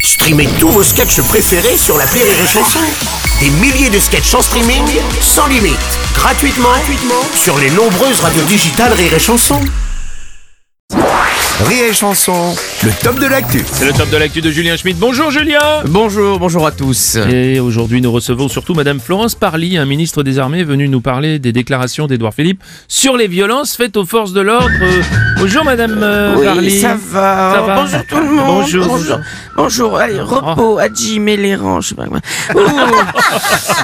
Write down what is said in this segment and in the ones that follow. Streamez tous vos sketchs préférés sur la Rire et Chanson. Des milliers de sketchs en streaming, sans limite, gratuitement, gratuitement sur les nombreuses radios digitales Rire et Chanson. Rire et chanson, le top de l'actu. C'est le top de l'actu de Julien Schmidt. Bonjour Julien Bonjour, bonjour à tous. Et aujourd'hui nous recevons surtout Madame Florence Parly, un ministre des Armées venu nous parler des déclarations d'Edouard Philippe sur les violences faites aux forces de l'ordre. Euh, Bonjour Madame euh, Parly. Ça va. Ça va. Bonjour tout le monde. Bonjour. Oh. Bonjour. Bonjour. Allez, repos, Adji, mets les rangs. Je sais pas quoi. Oh.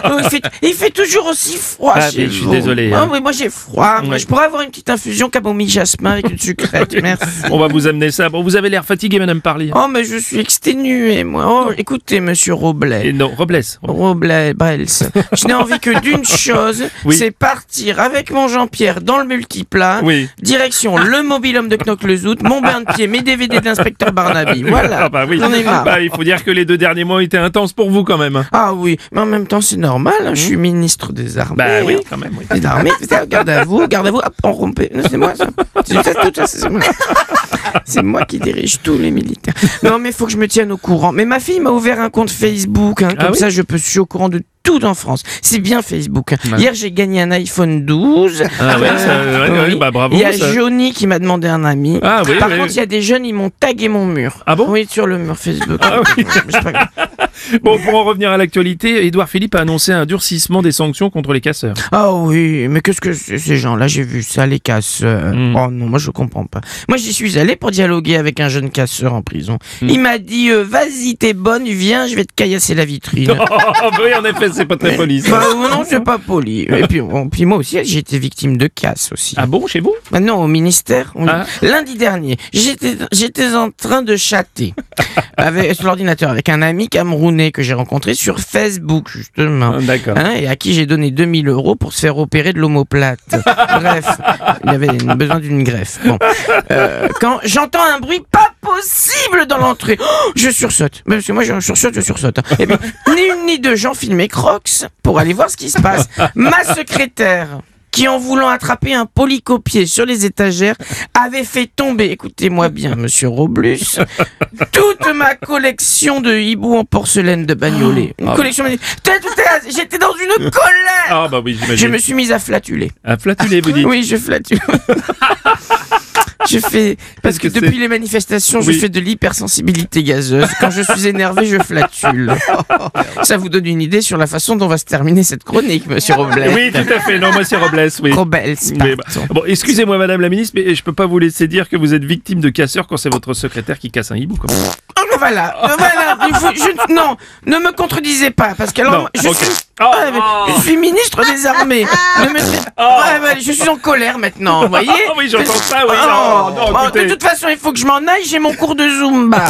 Oh, il, fait, il fait toujours aussi froid Ah, chez mais je suis vous. désolé, Ah hein. oui, moi j'ai froid. Moi, Ouais. Je pourrais avoir une petite infusion camomille jasmin avec une sucrète. Merci. On va vous amener ça. Bon, vous avez l'air fatigué Madame Parly. Oh, mais je suis exténué, moi. Oh, écoutez, monsieur Et Roblet. non, Robles. Roblet, Brels. Je n'ai envie que d'une chose, Oui. c'est partir avec mon Jean-Pierre dans le multiplat. Oui. Direction le mobilhome de knock le zout mon bain de pied, mes DVD de l'inspecteur Barnaby. Ah Voilà. bah oui. J'en ai marre. Bah, il faut dire que les deux derniers mois ont été intenses pour vous quand même. Ah oui, mais en même temps, c'est normal, hein, je suis ministre des armées. Mmh. Bah oui, hein. quand même. oui. Des armées, c'est ça, garde à vous, garde à vous, hop, on rompait. Non, C'est moi, ça. C'est ça, tout ça, c'est moi. C'est moi qui dirige tous les militaires. Non, mais faut que je me tienne au courant. Mais ma fille m'a ouvert un compte Facebook, hein, Ah comme oui ça, je peux, je suis au courant de tout en France. C'est bien Facebook. Hier, j'ai gagné un iPhone 12. Ah ouais, ça, Euh, ouais, ouais, oui. bah bravo. Il y a ça. Johnny qui m'a demandé un ami. Ah oui, Par oui. contre, il y a des jeunes, ils m'ont tagué mon mur. Ah bon Ah Oui, sur le mur Facebook. Mais c'est pas grave. Bon, pour en revenir à l'actualité, Edouard Philippe a annoncé un durcissement des sanctions contre les casseurs. Ah oui, mais qu'est-ce que c'est, ces gens-là J'ai vu ça, les casseurs. Mm. Oh non, moi je comprends pas. Moi j'y suis allé pour dialoguer avec un jeune casseur en prison. Hmm. Il m'a dit euh, Vas-y, t'es bonne, viens, je vais te caillasser la vitrine. Oh, oui, en effet, c'est pas très poli. ça. Bah euh, non, c'est pas poli. Et puis, bon, puis moi aussi, j'ai été victime de casse aussi. Ah bon, chez vous Maintenant au ministère, oui. Ah. lundi dernier, j'étais j'étais en train de chatter avec sur l'ordinateur avec un ami camerounais que j'ai rencontré sur Facebook justement. Ah, D'accord. Hein, et à qui j'ai donné 2000 euros pour se faire opérer de l'omoplate. Bref, il avait une- besoin d'une greffe. Bon. Euh, quand j'entends un bruit pas possible dans l'entrée, oh, je sursaute. Parce que moi, je sursaute, je sursaute. hein. Et puis, ni une ni deux, j'enfile mes crocs pour aller voir ce qui se passe. Ma secrétaire qui en voulant attraper un polycopier sur les étagères avait fait tomber, écoutez-moi bien monsieur Roblus, toute ma collection de hiboux en porcelaine de Bagnolet. Une collection magnifique. T'as- t'as- t'as- J'étais dans une colère. Ah bah oui, j'imagine. Je me suis mise à flatuler. Un flatulé, vous dites. Oui, je flatule. Je fais Qu'est-ce parce que que c'est depuis les manifestations, Oui. je fais de l'hypersensibilité gazeuse. Quand je suis énervé, je flatule. Ça vous donne une idée sur la façon dont va se terminer cette chronique, Monsieur Robles. Oui, tout à fait. Non, moi c'est Eh, Robles, oui. Robles, Oui, bah, pardon. Bon, excusez-moi, Madame la Ministre, mais je peux pas vous laisser dire que vous êtes victime de casseurs quand c'est votre secrétaire qui casse un hibou. Comme... ça. Oh, mais voilà, euh, voilà. il faut- je- non, ne me contredisez pas, parce que alors, Non, moi, je, ok. Ah. suis, Oh. Ouais, mais je suis ministre des armées. Ne me- Ouais, ouais, je suis en colère maintenant, vous voyez Ah oui, j'entends ça, oui, non, Oh, non, oh, écoutez. de toute façon, il faut que je m'en aille, j'ai mon cours de Zumba.